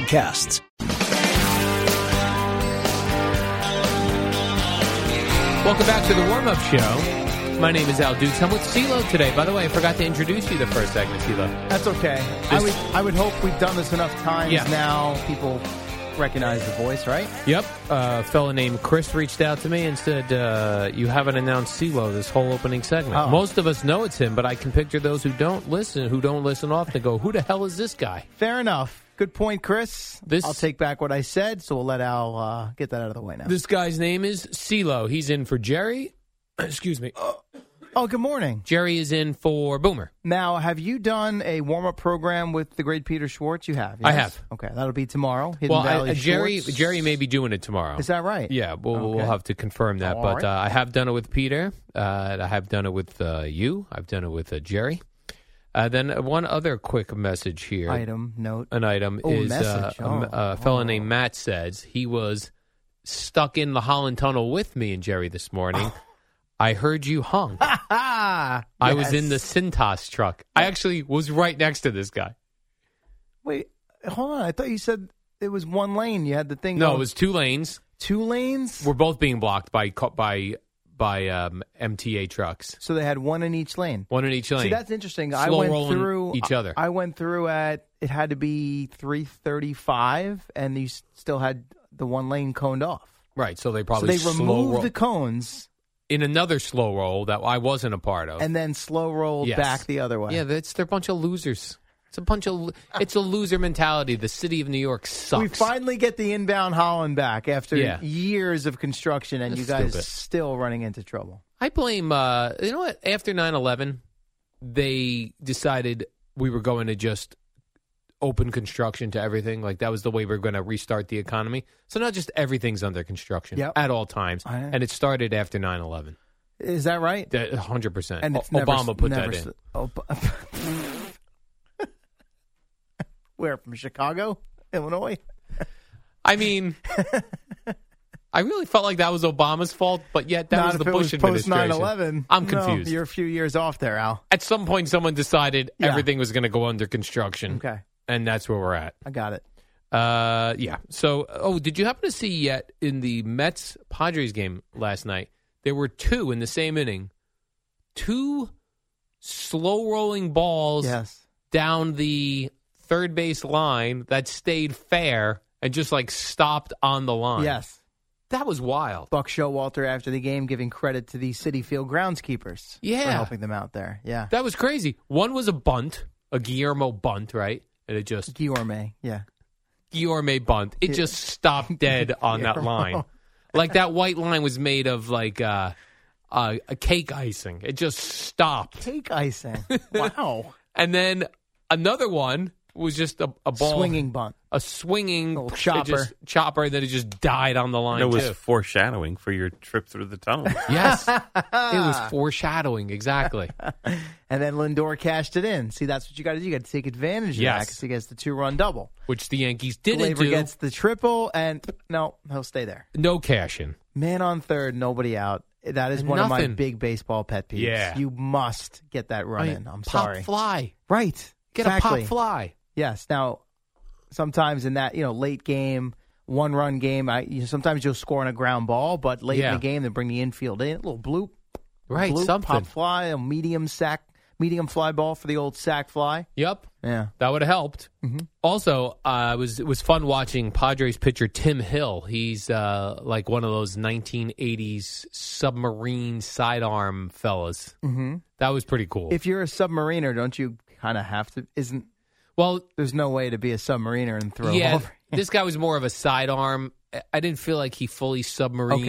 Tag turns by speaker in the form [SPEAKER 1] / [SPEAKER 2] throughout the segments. [SPEAKER 1] Welcome back to the warm up show. My name is Al Dukes. I'm with CeeLo today. By the way, I forgot to introduce you the first segment, CeeLo.
[SPEAKER 2] That's okay. I would, I would hope we've done this enough times
[SPEAKER 1] Yeah.
[SPEAKER 2] now. People recognize the voice, right?
[SPEAKER 1] Yep. Uh, a fellow named Chris reached out to me and said, uh, You haven't announced CeeLo this whole opening segment.
[SPEAKER 2] Oh.
[SPEAKER 1] Most of us know it's him, but I can picture those who don't listen, who don't listen often, go, Who the hell is this guy?
[SPEAKER 2] Fair enough. Good point, Chris.
[SPEAKER 1] This-
[SPEAKER 2] I'll take back what I said, so we'll let Al uh, get that out of the way now.
[SPEAKER 1] This guy's name is CeeLo. He's in for Jerry. Excuse me.
[SPEAKER 2] oh, good morning.
[SPEAKER 1] Jerry is in for Boomer.
[SPEAKER 2] Now, have you done a warm up program with the great Peter Schwartz? You have.
[SPEAKER 1] I
[SPEAKER 2] yes?
[SPEAKER 1] have.
[SPEAKER 2] Okay, that'll be tomorrow. Hidden
[SPEAKER 1] well,
[SPEAKER 2] Valley
[SPEAKER 1] I, uh, Jerry
[SPEAKER 2] Schwartz.
[SPEAKER 1] Jerry may be doing it tomorrow.
[SPEAKER 2] Is that right?
[SPEAKER 1] Yeah, we'll, we'll
[SPEAKER 2] Okay.
[SPEAKER 1] have to confirm that.
[SPEAKER 2] All
[SPEAKER 1] but
[SPEAKER 2] right.
[SPEAKER 1] uh, I have done it with Peter. Uh, I have done it with uh, you. I've done it with uh, Jerry. Uh, then one other quick message here.
[SPEAKER 2] Item note.
[SPEAKER 1] An item
[SPEAKER 2] Oh,
[SPEAKER 1] is uh,
[SPEAKER 2] message.
[SPEAKER 1] a, m-
[SPEAKER 2] Oh,
[SPEAKER 1] a fellow
[SPEAKER 2] oh.
[SPEAKER 1] named Matt says he was stuck in the Holland Tunnel with me and Jerry this morning. I heard you honk.
[SPEAKER 2] Ah,
[SPEAKER 1] I was in the
[SPEAKER 2] yes.
[SPEAKER 1] Cintas truck. I actually was right next to this guy.
[SPEAKER 2] Wait, hold on. I thought you said it was one lane. You had the thing.
[SPEAKER 1] No,
[SPEAKER 2] going-
[SPEAKER 1] it was two lanes.
[SPEAKER 2] two lanes.
[SPEAKER 1] We're both being blocked by co- by by um, MTA trucks.
[SPEAKER 2] So they had one in each lane.
[SPEAKER 1] One in each lane.
[SPEAKER 2] See, that's interesting. I
[SPEAKER 1] Slow
[SPEAKER 2] went
[SPEAKER 1] rolling
[SPEAKER 2] through uh,
[SPEAKER 1] each other.
[SPEAKER 2] I went through at it had to be three thirty-five, and you s- still had the one lane coned off.
[SPEAKER 1] Right, so they
[SPEAKER 2] so
[SPEAKER 1] probably
[SPEAKER 2] they
[SPEAKER 1] slow
[SPEAKER 2] removed
[SPEAKER 1] roll
[SPEAKER 2] the cones
[SPEAKER 1] in another slow roll that I wasn't a part of.
[SPEAKER 2] and then slow rolled
[SPEAKER 1] Yes.
[SPEAKER 2] back the other way.
[SPEAKER 1] yeah, that's they're a bunch of losers. It's a bunch of it's a loser mentality. The city of New York sucks.
[SPEAKER 2] we finally get the inbound Holland back after
[SPEAKER 1] Yeah.
[SPEAKER 2] years of construction, and
[SPEAKER 1] That's
[SPEAKER 2] you guys
[SPEAKER 1] stupid.
[SPEAKER 2] still running into trouble.
[SPEAKER 1] I blame uh, you know what? After 9/11, they decided we were going to just open construction to everything. Like that was the way we were going to restart the economy. So now just everything's under construction
[SPEAKER 2] Yep.
[SPEAKER 1] at all times,
[SPEAKER 2] I know.
[SPEAKER 1] and it started after 9/11.
[SPEAKER 2] Is that right?
[SPEAKER 1] That 100%.
[SPEAKER 2] and
[SPEAKER 1] O-
[SPEAKER 2] it's never-
[SPEAKER 1] Obama put
[SPEAKER 2] never
[SPEAKER 1] that in.
[SPEAKER 2] s- Ob- Where from Chicago, Illinois?
[SPEAKER 1] I mean, I really felt like that was Obama's fault, but yet that
[SPEAKER 2] Not
[SPEAKER 1] was the
[SPEAKER 2] if it
[SPEAKER 1] Bush
[SPEAKER 2] was post
[SPEAKER 1] administration.
[SPEAKER 2] 9/11.
[SPEAKER 1] I'm
[SPEAKER 2] No,
[SPEAKER 1] confused.
[SPEAKER 2] you're a few years off there, Al.
[SPEAKER 1] At some point, someone decided
[SPEAKER 2] Yeah.
[SPEAKER 1] everything was going to go under construction,
[SPEAKER 2] Okay,
[SPEAKER 1] and that's where we're at.
[SPEAKER 2] I got it.
[SPEAKER 1] Uh, yeah. So, oh, did you happen to see yet in the Mets Padres game last night? There were two in the same inning, two slow rolling balls
[SPEAKER 2] Yes,
[SPEAKER 1] down the third base line that stayed fair and just like stopped on the line.
[SPEAKER 2] yes.
[SPEAKER 1] that was wild.
[SPEAKER 2] Buck Showalter after the game giving credit to the City Field groundskeepers for
[SPEAKER 1] Yeah.
[SPEAKER 2] helping them out there. Yeah,
[SPEAKER 1] That was crazy. One was a bunt, a Guillermo bunt, right? And it just
[SPEAKER 2] Guillorme. Yeah,
[SPEAKER 1] Guillermo bunt. It just stopped dead on that line. Like that white line was made of like uh, uh, a cake icing. It just stopped.
[SPEAKER 2] cake icing. wow,
[SPEAKER 1] And then another one was just a, a ball
[SPEAKER 2] swinging bunt.
[SPEAKER 1] a swinging
[SPEAKER 2] Little
[SPEAKER 1] it
[SPEAKER 2] chopper.
[SPEAKER 1] just- chopper that it just died on the line
[SPEAKER 3] And it was
[SPEAKER 1] too.
[SPEAKER 3] foreshadowing for your trip through the tunnel.
[SPEAKER 1] Yes. it was foreshadowing exactly.
[SPEAKER 2] And then Lindor cashed it in. See, that's what you got to do. You got to take advantage of that
[SPEAKER 1] Yes.
[SPEAKER 2] 'cause he gets the two run double.
[SPEAKER 1] Which the Yankees didn't
[SPEAKER 2] Glaber
[SPEAKER 1] do.
[SPEAKER 2] gets the triple, and no, he'll stay there.
[SPEAKER 1] no cashing.
[SPEAKER 2] Man on third, nobody out. That is one of
[SPEAKER 1] Nothing.
[SPEAKER 2] my big baseball pet peeves.
[SPEAKER 1] Yeah.
[SPEAKER 2] You must get that run in. I'm sorry.
[SPEAKER 1] Pop fly.
[SPEAKER 2] Right.
[SPEAKER 1] Get a
[SPEAKER 2] exactly.
[SPEAKER 1] pop fly.
[SPEAKER 2] Yes. Now, sometimes in that, you know, late game, one run game, I you sometimes you'll score on a ground ball, but late in
[SPEAKER 1] Yeah.
[SPEAKER 2] the game, they bring the infield in. A little bloop,
[SPEAKER 1] Right,
[SPEAKER 2] bloop,
[SPEAKER 1] something.
[SPEAKER 2] pop fly, a medium sack, medium fly ball for the old sack fly.
[SPEAKER 1] Yep,
[SPEAKER 2] Yeah.
[SPEAKER 1] that would have helped.
[SPEAKER 2] Mm-hmm.
[SPEAKER 1] Also, uh, it was it was fun watching Padres pitcher Tim Hill. He's uh, like one of those 1980s submarine sidearm fellas.
[SPEAKER 2] Mm-hmm.
[SPEAKER 1] That was pretty cool.
[SPEAKER 2] If you're a submariner, don't you kind of have to? Isn't
[SPEAKER 1] well,
[SPEAKER 2] there's no way to be a submariner and throw
[SPEAKER 1] yeah,
[SPEAKER 2] over?
[SPEAKER 1] this guy was more of a sidearm. I- I didn't feel like he fully submarined.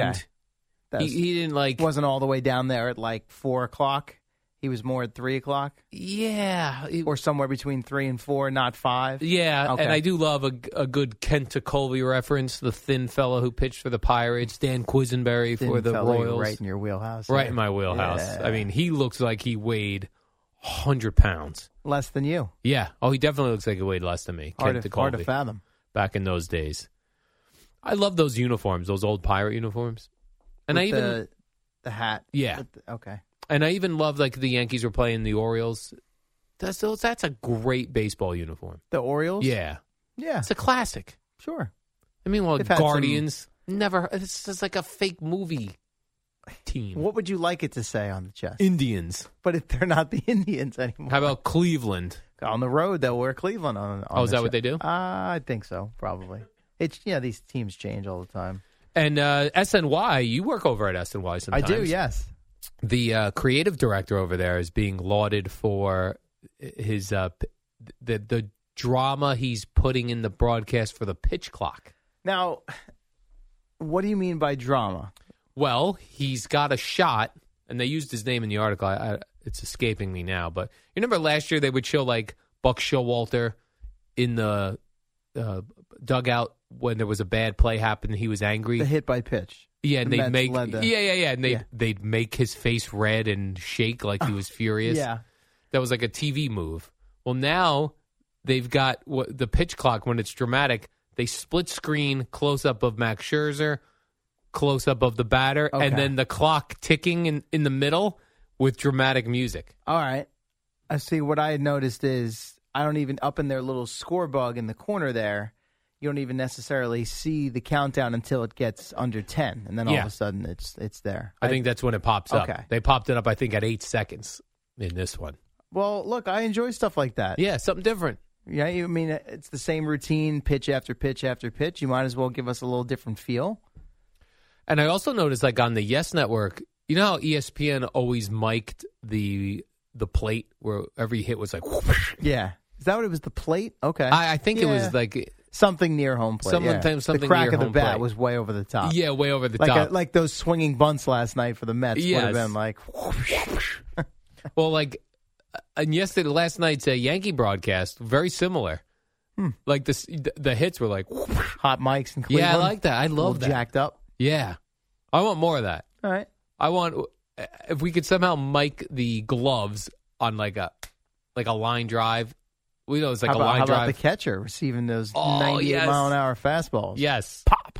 [SPEAKER 2] That's-
[SPEAKER 1] He, he didn't like.
[SPEAKER 2] wasn't all the way down there at like four o'clock. He was more at three o'clock
[SPEAKER 1] Yeah, it-
[SPEAKER 2] or somewhere between three and four, not five.
[SPEAKER 1] yeah,
[SPEAKER 2] Okay.
[SPEAKER 1] and I do love a, a good Kent to Colby reference. The thin fellow who pitched for the Pirates, Dan Quisenberry for
[SPEAKER 2] Didn't
[SPEAKER 1] the
[SPEAKER 2] tell you
[SPEAKER 1] Royals,
[SPEAKER 2] right in your wheelhouse.
[SPEAKER 1] Right
[SPEAKER 2] yeah.
[SPEAKER 1] in my wheelhouse.
[SPEAKER 2] Yeah.
[SPEAKER 1] I mean, he looks like he weighed hundred pounds.
[SPEAKER 2] Less than you.
[SPEAKER 1] Yeah. Oh, he definitely looks like he weighed less than me.
[SPEAKER 2] Hard,
[SPEAKER 1] Kent
[SPEAKER 2] to, hard to
[SPEAKER 1] DeColby,
[SPEAKER 2] fathom.
[SPEAKER 1] back in those days. I love those uniforms, those old pirate uniforms. And I
[SPEAKER 2] With
[SPEAKER 1] even
[SPEAKER 2] the, the hat.
[SPEAKER 1] Yeah.
[SPEAKER 2] With the- okay.
[SPEAKER 1] and I even love like the Yankees were playing the Orioles. That's those, that's a great baseball uniform.
[SPEAKER 2] The Orioles.
[SPEAKER 1] Yeah.
[SPEAKER 2] Yeah.
[SPEAKER 1] It's a classic.
[SPEAKER 2] Sure.
[SPEAKER 1] I mean, well,
[SPEAKER 2] They've had some-
[SPEAKER 1] Guardians never it's just like a fake movie team.
[SPEAKER 2] What would you like it to say on the chest?
[SPEAKER 1] Indians.
[SPEAKER 2] but if they're not the Indians anymore.
[SPEAKER 1] How about Cleveland?
[SPEAKER 2] on the road they'll wear Cleveland on. on
[SPEAKER 1] Oh, is
[SPEAKER 2] the
[SPEAKER 1] that what
[SPEAKER 2] chest.
[SPEAKER 1] they do?
[SPEAKER 2] Uh, I think so. Probably. It's yeah. These teams change all the time.
[SPEAKER 1] And uh, SNY, you work over at SNY sometimes.
[SPEAKER 2] I do. Yes.
[SPEAKER 1] the uh, creative director over there is being lauded for his uh, p- the the drama he's putting in the broadcast for the pitch clock.
[SPEAKER 2] Now, what do you mean by drama?
[SPEAKER 1] Well, he's got a shot, and they used his name in the article. I, I, it's escaping me now, but you remember last year they would show like Buck Showalter in the uh, dugout when there was a bad play happened. He was angry.
[SPEAKER 2] The hit by pitch.
[SPEAKER 1] yeah, and
[SPEAKER 2] the
[SPEAKER 1] they
[SPEAKER 2] Mets
[SPEAKER 1] make
[SPEAKER 2] led the-
[SPEAKER 1] yeah, yeah, yeah, and they
[SPEAKER 2] Yeah. Oh,
[SPEAKER 1] would they'd make his face red and shake like he was furious.
[SPEAKER 2] Yeah.
[SPEAKER 1] that was like a TV move. Well, now they've got what, the pitch clock when it's dramatic. They split screen close up of Max Scherzer, close up of the batter,
[SPEAKER 2] Okay.
[SPEAKER 1] and then the clock ticking in, in the middle with dramatic music.
[SPEAKER 2] All right. I see. What I had noticed is I don't even up in their little score bug in the corner there. You don't even necessarily see the countdown until it gets under ten, and then all
[SPEAKER 1] Yeah.
[SPEAKER 2] of a sudden it's it's there.
[SPEAKER 1] I think that's when it pops up.
[SPEAKER 2] Okay.
[SPEAKER 1] They popped it up, I think, at eight seconds in this one.
[SPEAKER 2] Well, look, I enjoy stuff like that.
[SPEAKER 1] Yeah, something different.
[SPEAKER 2] Yeah, you I mean uh, it's the same routine, pitch after pitch after pitch. You might as well give us a little different feel.
[SPEAKER 1] And I also noticed, like on the Yes Network, you know how E ESPN always mic'd the the plate where every hit was like. whoosh?
[SPEAKER 2] Yeah, is that what it was? The plate? Okay,
[SPEAKER 1] I, I think it
[SPEAKER 2] Yeah.
[SPEAKER 1] was like
[SPEAKER 2] something near home plate.
[SPEAKER 1] Someone
[SPEAKER 2] yeah.
[SPEAKER 1] time- something
[SPEAKER 2] the crack
[SPEAKER 1] near
[SPEAKER 2] of the
[SPEAKER 1] home
[SPEAKER 2] bat
[SPEAKER 1] plate.
[SPEAKER 2] was way over the top.
[SPEAKER 1] yeah, way over the
[SPEAKER 2] like
[SPEAKER 1] top.
[SPEAKER 2] A, like those swinging bunts last night for the Mets would
[SPEAKER 1] Yes.
[SPEAKER 2] have been like.
[SPEAKER 1] Well, like, uh, and yesterday, last night's uh, Yankee broadcast, very similar. Like this, the, the hits were like,
[SPEAKER 2] hot mics in Cleveland.
[SPEAKER 1] Hmm. yeah, I like that. I
[SPEAKER 2] A little
[SPEAKER 1] love that.
[SPEAKER 2] jacked up.
[SPEAKER 1] Yeah, I want more of that.
[SPEAKER 2] All right.
[SPEAKER 1] I want uh, if we could somehow mic the gloves on like a like a line drive. We know it's like
[SPEAKER 2] how
[SPEAKER 1] a
[SPEAKER 2] about,
[SPEAKER 1] line
[SPEAKER 2] how about
[SPEAKER 1] drive.
[SPEAKER 2] the catcher receiving those
[SPEAKER 1] Oh,
[SPEAKER 2] 98
[SPEAKER 1] yes.
[SPEAKER 2] mile an hour fastballs?
[SPEAKER 1] yes,
[SPEAKER 2] Pop.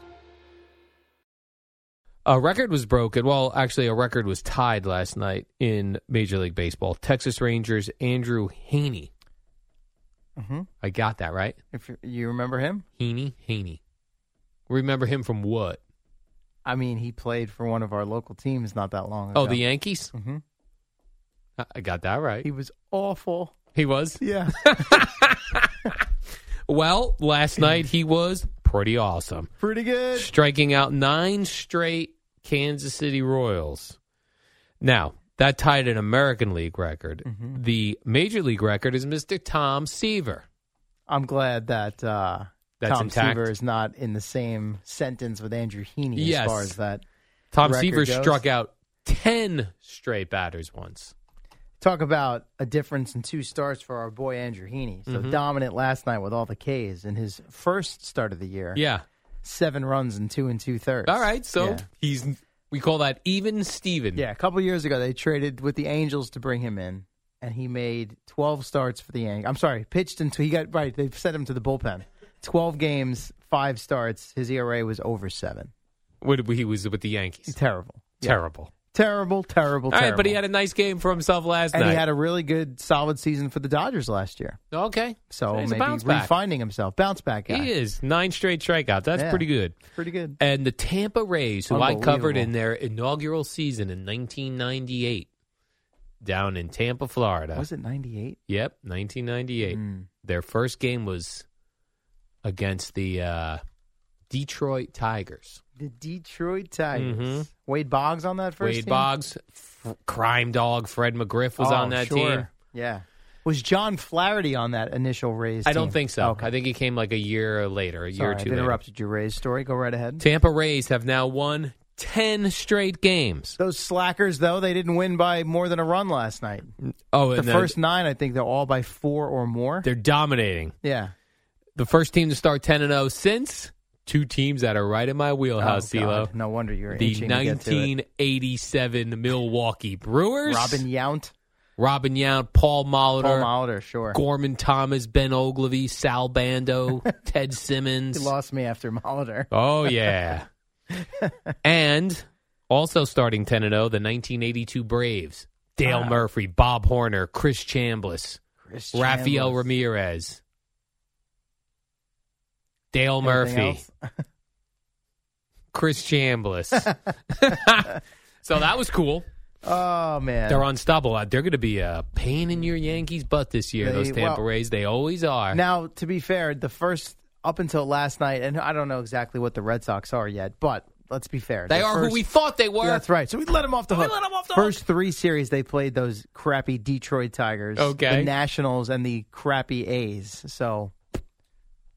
[SPEAKER 1] a record was broken. Well, actually, a record was tied last night in Major League Baseball. Texas Rangers Andrew Haney.
[SPEAKER 2] Mhm.
[SPEAKER 1] I got that right.
[SPEAKER 2] If you- you remember him,
[SPEAKER 1] Heaney, Haney. Remember him from what?
[SPEAKER 2] I mean, he played for one of our local teams not that long ago.
[SPEAKER 1] Oh, the Yankees.
[SPEAKER 2] Mhm.
[SPEAKER 1] I- I got that right.
[SPEAKER 2] He
[SPEAKER 1] He,
[SPEAKER 2] was awful.
[SPEAKER 1] was.
[SPEAKER 2] Yeah.
[SPEAKER 1] Well, last night he was pretty awesome,
[SPEAKER 2] Pretty good.
[SPEAKER 1] striking out nine straight Kansas City Royals. Now that tied an American League record. The Major League record is Mr. Tom Seaver.
[SPEAKER 2] I'm glad that uh,
[SPEAKER 1] That's
[SPEAKER 2] Tom
[SPEAKER 1] intact.
[SPEAKER 2] Seaver is not in the same sentence with Andrew Heaney
[SPEAKER 1] Yes.
[SPEAKER 2] as far as that.
[SPEAKER 1] Tom
[SPEAKER 2] Record
[SPEAKER 1] Seaver
[SPEAKER 2] goes.
[SPEAKER 1] struck out ten straight batters once.
[SPEAKER 2] Talk about a difference in two starts for our boy Andrew Heaney. So
[SPEAKER 1] Mm-hmm.
[SPEAKER 2] dominant last night with all the Ks in his first start of the year.
[SPEAKER 1] Yeah.
[SPEAKER 2] Seven runs and two and two thirds.
[SPEAKER 1] All right. So
[SPEAKER 2] Yeah.
[SPEAKER 1] he's we call that even Steven.
[SPEAKER 2] Yeah, a couple years ago they traded with the Angels to bring him in, and he made twelve starts for the Yankees. I'm sorry, pitched until he got right. They sent him to the bullpen. Twelve games, five starts. His ERA was over seven.
[SPEAKER 1] What- he was with the Yankees.
[SPEAKER 2] Terrible.
[SPEAKER 1] Terrible.
[SPEAKER 2] Terrible, terrible,
[SPEAKER 1] All
[SPEAKER 2] terrible.
[SPEAKER 1] right, but he had a nice game for himself last
[SPEAKER 2] and
[SPEAKER 1] night.
[SPEAKER 2] he had a really good, solid season for the Dodgers last year.
[SPEAKER 1] okay,
[SPEAKER 2] So
[SPEAKER 1] he's a
[SPEAKER 2] maybe
[SPEAKER 1] bounce back.
[SPEAKER 2] refinding himself, bounce back guy.
[SPEAKER 1] He is nine straight strikeouts. That's
[SPEAKER 2] Yeah.
[SPEAKER 1] pretty good.
[SPEAKER 2] Pretty good.
[SPEAKER 1] And the Tampa Rays, who I covered
[SPEAKER 2] Unbelievable.
[SPEAKER 1] in their inaugural season in 1998, down in Tampa, Florida.
[SPEAKER 2] Was it ninety eight?
[SPEAKER 1] Yep, 1998.
[SPEAKER 2] Hmm.
[SPEAKER 1] Their first game was against the uh, Detroit Tigers.
[SPEAKER 2] The Detroit Tigers.
[SPEAKER 1] Mhm.
[SPEAKER 2] Wade Boggs on that first
[SPEAKER 1] Wade
[SPEAKER 2] team?
[SPEAKER 1] Boggs, f- crime dog Fred McGriff was
[SPEAKER 2] Oh,
[SPEAKER 1] on that
[SPEAKER 2] sure.
[SPEAKER 1] team.
[SPEAKER 2] Yeah. Was John Flaherty on that initial Rays?
[SPEAKER 1] I don't
[SPEAKER 2] team?
[SPEAKER 1] think so.
[SPEAKER 2] Okay.
[SPEAKER 1] I think he came like a year later, a
[SPEAKER 2] Sorry,
[SPEAKER 1] year or
[SPEAKER 2] I've
[SPEAKER 1] two. later.
[SPEAKER 2] interrupted your Rays story. Go right ahead.
[SPEAKER 1] Tampa Rays have now won 10 straight games.
[SPEAKER 2] Those slackers, though, they didn't win by more than a run last night.
[SPEAKER 1] Oh,
[SPEAKER 2] The
[SPEAKER 1] and
[SPEAKER 2] first nine, I think, they're all by four or more.
[SPEAKER 1] they're dominating.
[SPEAKER 2] Yeah.
[SPEAKER 1] The first team to start 10 and 0 since two teams that are right in my wheelhouse,
[SPEAKER 2] Oh,
[SPEAKER 1] CeeLo.
[SPEAKER 2] God. No wonder you're
[SPEAKER 1] Uh, The
[SPEAKER 2] itching to get to it.
[SPEAKER 1] 1987 Milwaukee Brewers.
[SPEAKER 2] Robin Yount,
[SPEAKER 1] Robin Yount, Paul Molitor,
[SPEAKER 2] Paul Molitor, sure.
[SPEAKER 1] Gorman Thomas, Ben Ogilvy, Sal Bando, Ted Simmons.
[SPEAKER 2] He lost me after Molitor.
[SPEAKER 1] Oh yeah. and also starting 10 and 0, the 1982 Braves. Dale Murphy, Bob Horner, Chris Chambliss,
[SPEAKER 2] Ah. Chris
[SPEAKER 1] Rafael
[SPEAKER 2] Chandler.
[SPEAKER 1] Ramirez. Dale
[SPEAKER 2] Anything
[SPEAKER 1] Murphy,
[SPEAKER 2] else?
[SPEAKER 1] Chris Chambliss. so that was cool.
[SPEAKER 2] Oh man,
[SPEAKER 1] They're on stubble. Uh, They're going to be a pain in your Yankees' butt this year.
[SPEAKER 2] They-
[SPEAKER 1] those Tampa
[SPEAKER 2] well-
[SPEAKER 1] Rays, they always are.
[SPEAKER 2] Now, to be fair, the first up until last night, and I don't know exactly what the Red Sox are yet, but let's be fair.
[SPEAKER 1] they
[SPEAKER 2] the
[SPEAKER 1] are
[SPEAKER 2] first-
[SPEAKER 1] who we thought they were.
[SPEAKER 2] That's right. So we let them off the
[SPEAKER 1] We
[SPEAKER 2] hook.
[SPEAKER 1] let 'em off the
[SPEAKER 2] first three series they played those crappy Detroit Tigers,
[SPEAKER 1] Okay.
[SPEAKER 2] the Nationals, and the crappy A's. So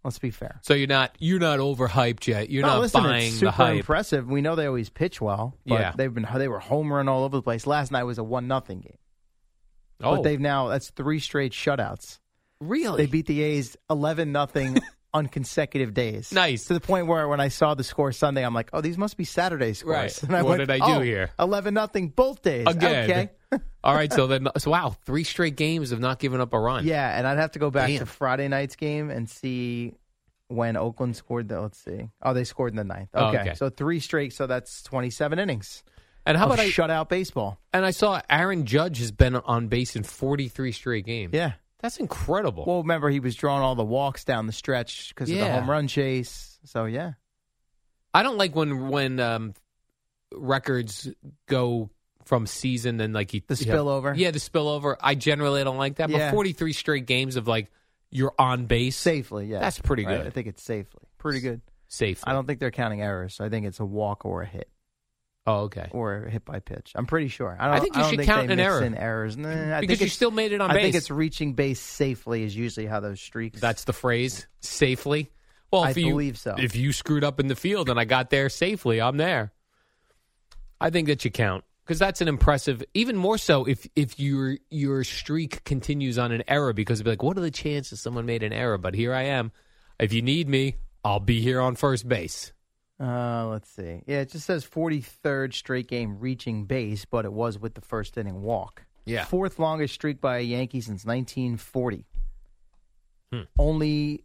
[SPEAKER 2] let's be fair.
[SPEAKER 1] So you're not you're not overhyped yet. You're
[SPEAKER 2] no,
[SPEAKER 1] not
[SPEAKER 2] listen,
[SPEAKER 1] buying
[SPEAKER 2] it's
[SPEAKER 1] the
[SPEAKER 2] super
[SPEAKER 1] hype.
[SPEAKER 2] impressive. We know they always pitch well, but
[SPEAKER 1] Yeah.
[SPEAKER 2] they've been they were home run all over the place. Last night was a one nothing game,
[SPEAKER 1] oh,
[SPEAKER 2] but they've now that's three straight shutouts.
[SPEAKER 1] really
[SPEAKER 2] They beat the A's 11 nothing on consecutive days.
[SPEAKER 1] Nice.
[SPEAKER 2] To the point where when I saw the score Sunday, I'm like, oh, these must be Saturday
[SPEAKER 1] Right.
[SPEAKER 2] scores. And I
[SPEAKER 1] What
[SPEAKER 2] went,
[SPEAKER 1] did I do
[SPEAKER 2] "Oh,
[SPEAKER 1] here?"
[SPEAKER 2] 11 nothing both days.
[SPEAKER 1] again.
[SPEAKER 2] Okay.
[SPEAKER 1] All right, so then so wow, three straight games of not giving up a run.
[SPEAKER 2] Yeah, and I'd have to go back
[SPEAKER 1] Damn.
[SPEAKER 2] to Friday night's game and see when Oakland scored the, let's see. Oh, they scored in the ninth.
[SPEAKER 1] Oh,
[SPEAKER 2] Okay.
[SPEAKER 1] okay.
[SPEAKER 2] So three straight. So that's 27 innings.
[SPEAKER 1] And how
[SPEAKER 2] of
[SPEAKER 1] about I
[SPEAKER 2] shutout baseball?
[SPEAKER 1] and I saw Aaron Judge has been on base in 43 straight games.
[SPEAKER 2] Yeah.
[SPEAKER 1] That's incredible.
[SPEAKER 2] Well, remember, he was drawing all the walks down the stretch because of
[SPEAKER 1] Yeah.
[SPEAKER 2] the home run chase. So, yeah.
[SPEAKER 1] I don't like when when um, records go from season and like you,
[SPEAKER 2] The
[SPEAKER 1] you have-
[SPEAKER 2] spillover.
[SPEAKER 1] Yeah, the spillover. I generally don't like that. But
[SPEAKER 2] Yeah.
[SPEAKER 1] 43 straight games of like you're on base
[SPEAKER 2] Safely, yeah.
[SPEAKER 1] That's pretty
[SPEAKER 2] Right,
[SPEAKER 1] good.
[SPEAKER 2] I think it's safely. Pretty good.
[SPEAKER 1] safe.
[SPEAKER 2] I don't think they're counting errors. So I think it's a walk or a hit
[SPEAKER 1] Oh, okay.
[SPEAKER 2] or a hit by pitch. I'm pretty sure. I, don't,
[SPEAKER 1] I think you
[SPEAKER 2] I don't
[SPEAKER 1] should
[SPEAKER 2] think
[SPEAKER 1] count
[SPEAKER 2] they
[SPEAKER 1] an
[SPEAKER 2] mix
[SPEAKER 1] error.
[SPEAKER 2] in errors. Nah, I
[SPEAKER 1] Because
[SPEAKER 2] think
[SPEAKER 1] you
[SPEAKER 2] it's-
[SPEAKER 1] still made it on
[SPEAKER 2] I
[SPEAKER 1] base.
[SPEAKER 2] think it's reaching base safely is usually how those streaks.
[SPEAKER 1] That's the phrase, safely. Well,
[SPEAKER 2] I
[SPEAKER 1] if you,
[SPEAKER 2] believe so.
[SPEAKER 1] If you screwed up in the field and I got there safely, I'm there. I think that you count because that's an impressive. Even more so if if your your streak continues on an error because it'd be like, what are the chances someone made an error? But here I am. If you need me, I'll be here on first base.
[SPEAKER 2] Uh, let's see. Yeah, it just says 43rd straight game reaching base, but it was with the first inning walk.
[SPEAKER 1] Yeah.
[SPEAKER 2] Fourth longest streak by a Yankee since 1940.
[SPEAKER 1] Hmm.
[SPEAKER 2] Only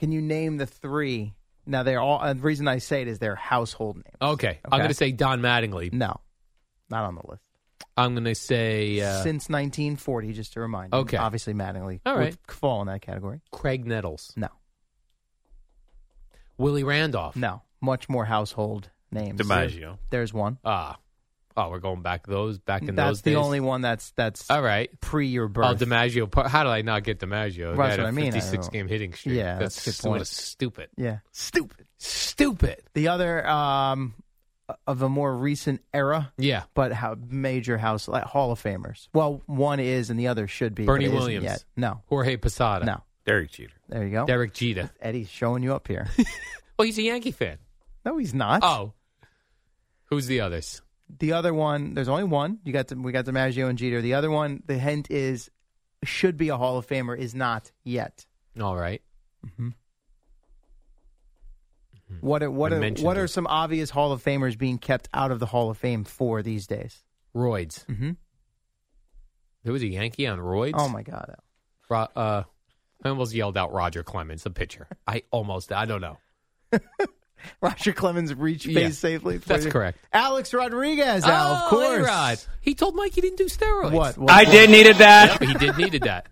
[SPEAKER 2] can you name the three? Now they're all. Uh, the reason I say it is their household name.
[SPEAKER 1] Okay, I'm
[SPEAKER 2] Okay.
[SPEAKER 1] going to say Don Mattingly.
[SPEAKER 2] No, not on the list.
[SPEAKER 1] I'm going to say uh,
[SPEAKER 2] Since 1940, just to remind you.
[SPEAKER 1] Okay.
[SPEAKER 2] Obviously, Mattingly
[SPEAKER 1] All
[SPEAKER 2] would
[SPEAKER 1] right.
[SPEAKER 2] fall in that category.
[SPEAKER 1] Craig Nettles,
[SPEAKER 2] No,
[SPEAKER 1] Willie Randolph.
[SPEAKER 2] no, much more household names.
[SPEAKER 3] DiMaggio.
[SPEAKER 2] There's one.
[SPEAKER 1] Ah, oh, we're going back those back in
[SPEAKER 2] that's
[SPEAKER 1] those
[SPEAKER 2] the
[SPEAKER 1] days.
[SPEAKER 2] only one that's that's
[SPEAKER 1] All right.
[SPEAKER 2] pre your birth.
[SPEAKER 1] Oh, DiMaggio. par- How did I not get DiMaggio? They
[SPEAKER 2] That's
[SPEAKER 1] had
[SPEAKER 2] what
[SPEAKER 1] a
[SPEAKER 2] I mean. I don't-
[SPEAKER 1] 56 game hitting streak.
[SPEAKER 2] Yeah,
[SPEAKER 1] that's,
[SPEAKER 2] that's a good
[SPEAKER 1] sort of
[SPEAKER 2] point.
[SPEAKER 1] stupid.
[SPEAKER 2] yeah.
[SPEAKER 1] Stupid. Stupid.
[SPEAKER 2] The other um, of a more recent era,
[SPEAKER 1] Yeah.
[SPEAKER 2] but how major house like Hall of Famers. Well, one is and the other should be. but
[SPEAKER 1] Bernie
[SPEAKER 2] it isn't
[SPEAKER 1] Williams.
[SPEAKER 2] yet. No,
[SPEAKER 1] Jorge Posada.
[SPEAKER 2] no.
[SPEAKER 3] Derek Jeter.
[SPEAKER 2] There you go.
[SPEAKER 1] Derek Jeter.
[SPEAKER 2] Eddie's showing you up here.
[SPEAKER 1] Well, he's a Yankee fan.
[SPEAKER 2] no, he's not.
[SPEAKER 1] Oh. Who's the others?
[SPEAKER 2] The other one, there's only one. You got the, we got DiMaggio and Jeter. The other one, the hint is should be a Hall of Famer is not yet.
[SPEAKER 1] All right.
[SPEAKER 2] What are, what
[SPEAKER 1] I
[SPEAKER 2] are,
[SPEAKER 1] Hmm. mentioned
[SPEAKER 2] what
[SPEAKER 1] it.
[SPEAKER 2] are some obvious Hall of Famers being kept out of the Hall of Fame for these days?
[SPEAKER 1] Roids.
[SPEAKER 2] Mhm.
[SPEAKER 1] There was a Yankee on Roids.
[SPEAKER 2] Oh my God, Al.
[SPEAKER 1] Ro- uh, I almost yelled out Roger Clemens, the pitcher. I almost, I don't know.
[SPEAKER 2] Roger Clemens reached base
[SPEAKER 1] Yeah,
[SPEAKER 2] safely.
[SPEAKER 1] that's
[SPEAKER 2] Please.
[SPEAKER 1] correct.
[SPEAKER 2] Alex Rodriguez, Al,
[SPEAKER 1] Oh,
[SPEAKER 2] of course.
[SPEAKER 1] A-Rod. He told Mike he didn't do steroids.
[SPEAKER 2] What? what
[SPEAKER 4] I did needed that.
[SPEAKER 1] he did needed that.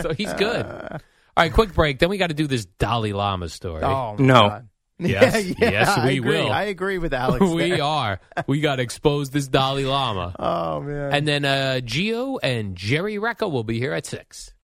[SPEAKER 1] So he's good. All right, quick break. Then we got to do this Dalai Lama story.
[SPEAKER 2] Oh, my
[SPEAKER 4] No.
[SPEAKER 2] God.
[SPEAKER 1] Yes,
[SPEAKER 2] Yeah, yeah,
[SPEAKER 1] yes,
[SPEAKER 2] I
[SPEAKER 1] we
[SPEAKER 2] agree.
[SPEAKER 1] will.
[SPEAKER 2] I agree with Alex.
[SPEAKER 1] we
[SPEAKER 2] there.
[SPEAKER 1] are. We got to expose this Dalai Lama.
[SPEAKER 2] Oh man.
[SPEAKER 1] and then uh, Geo and Jerry Recca will be here at 6.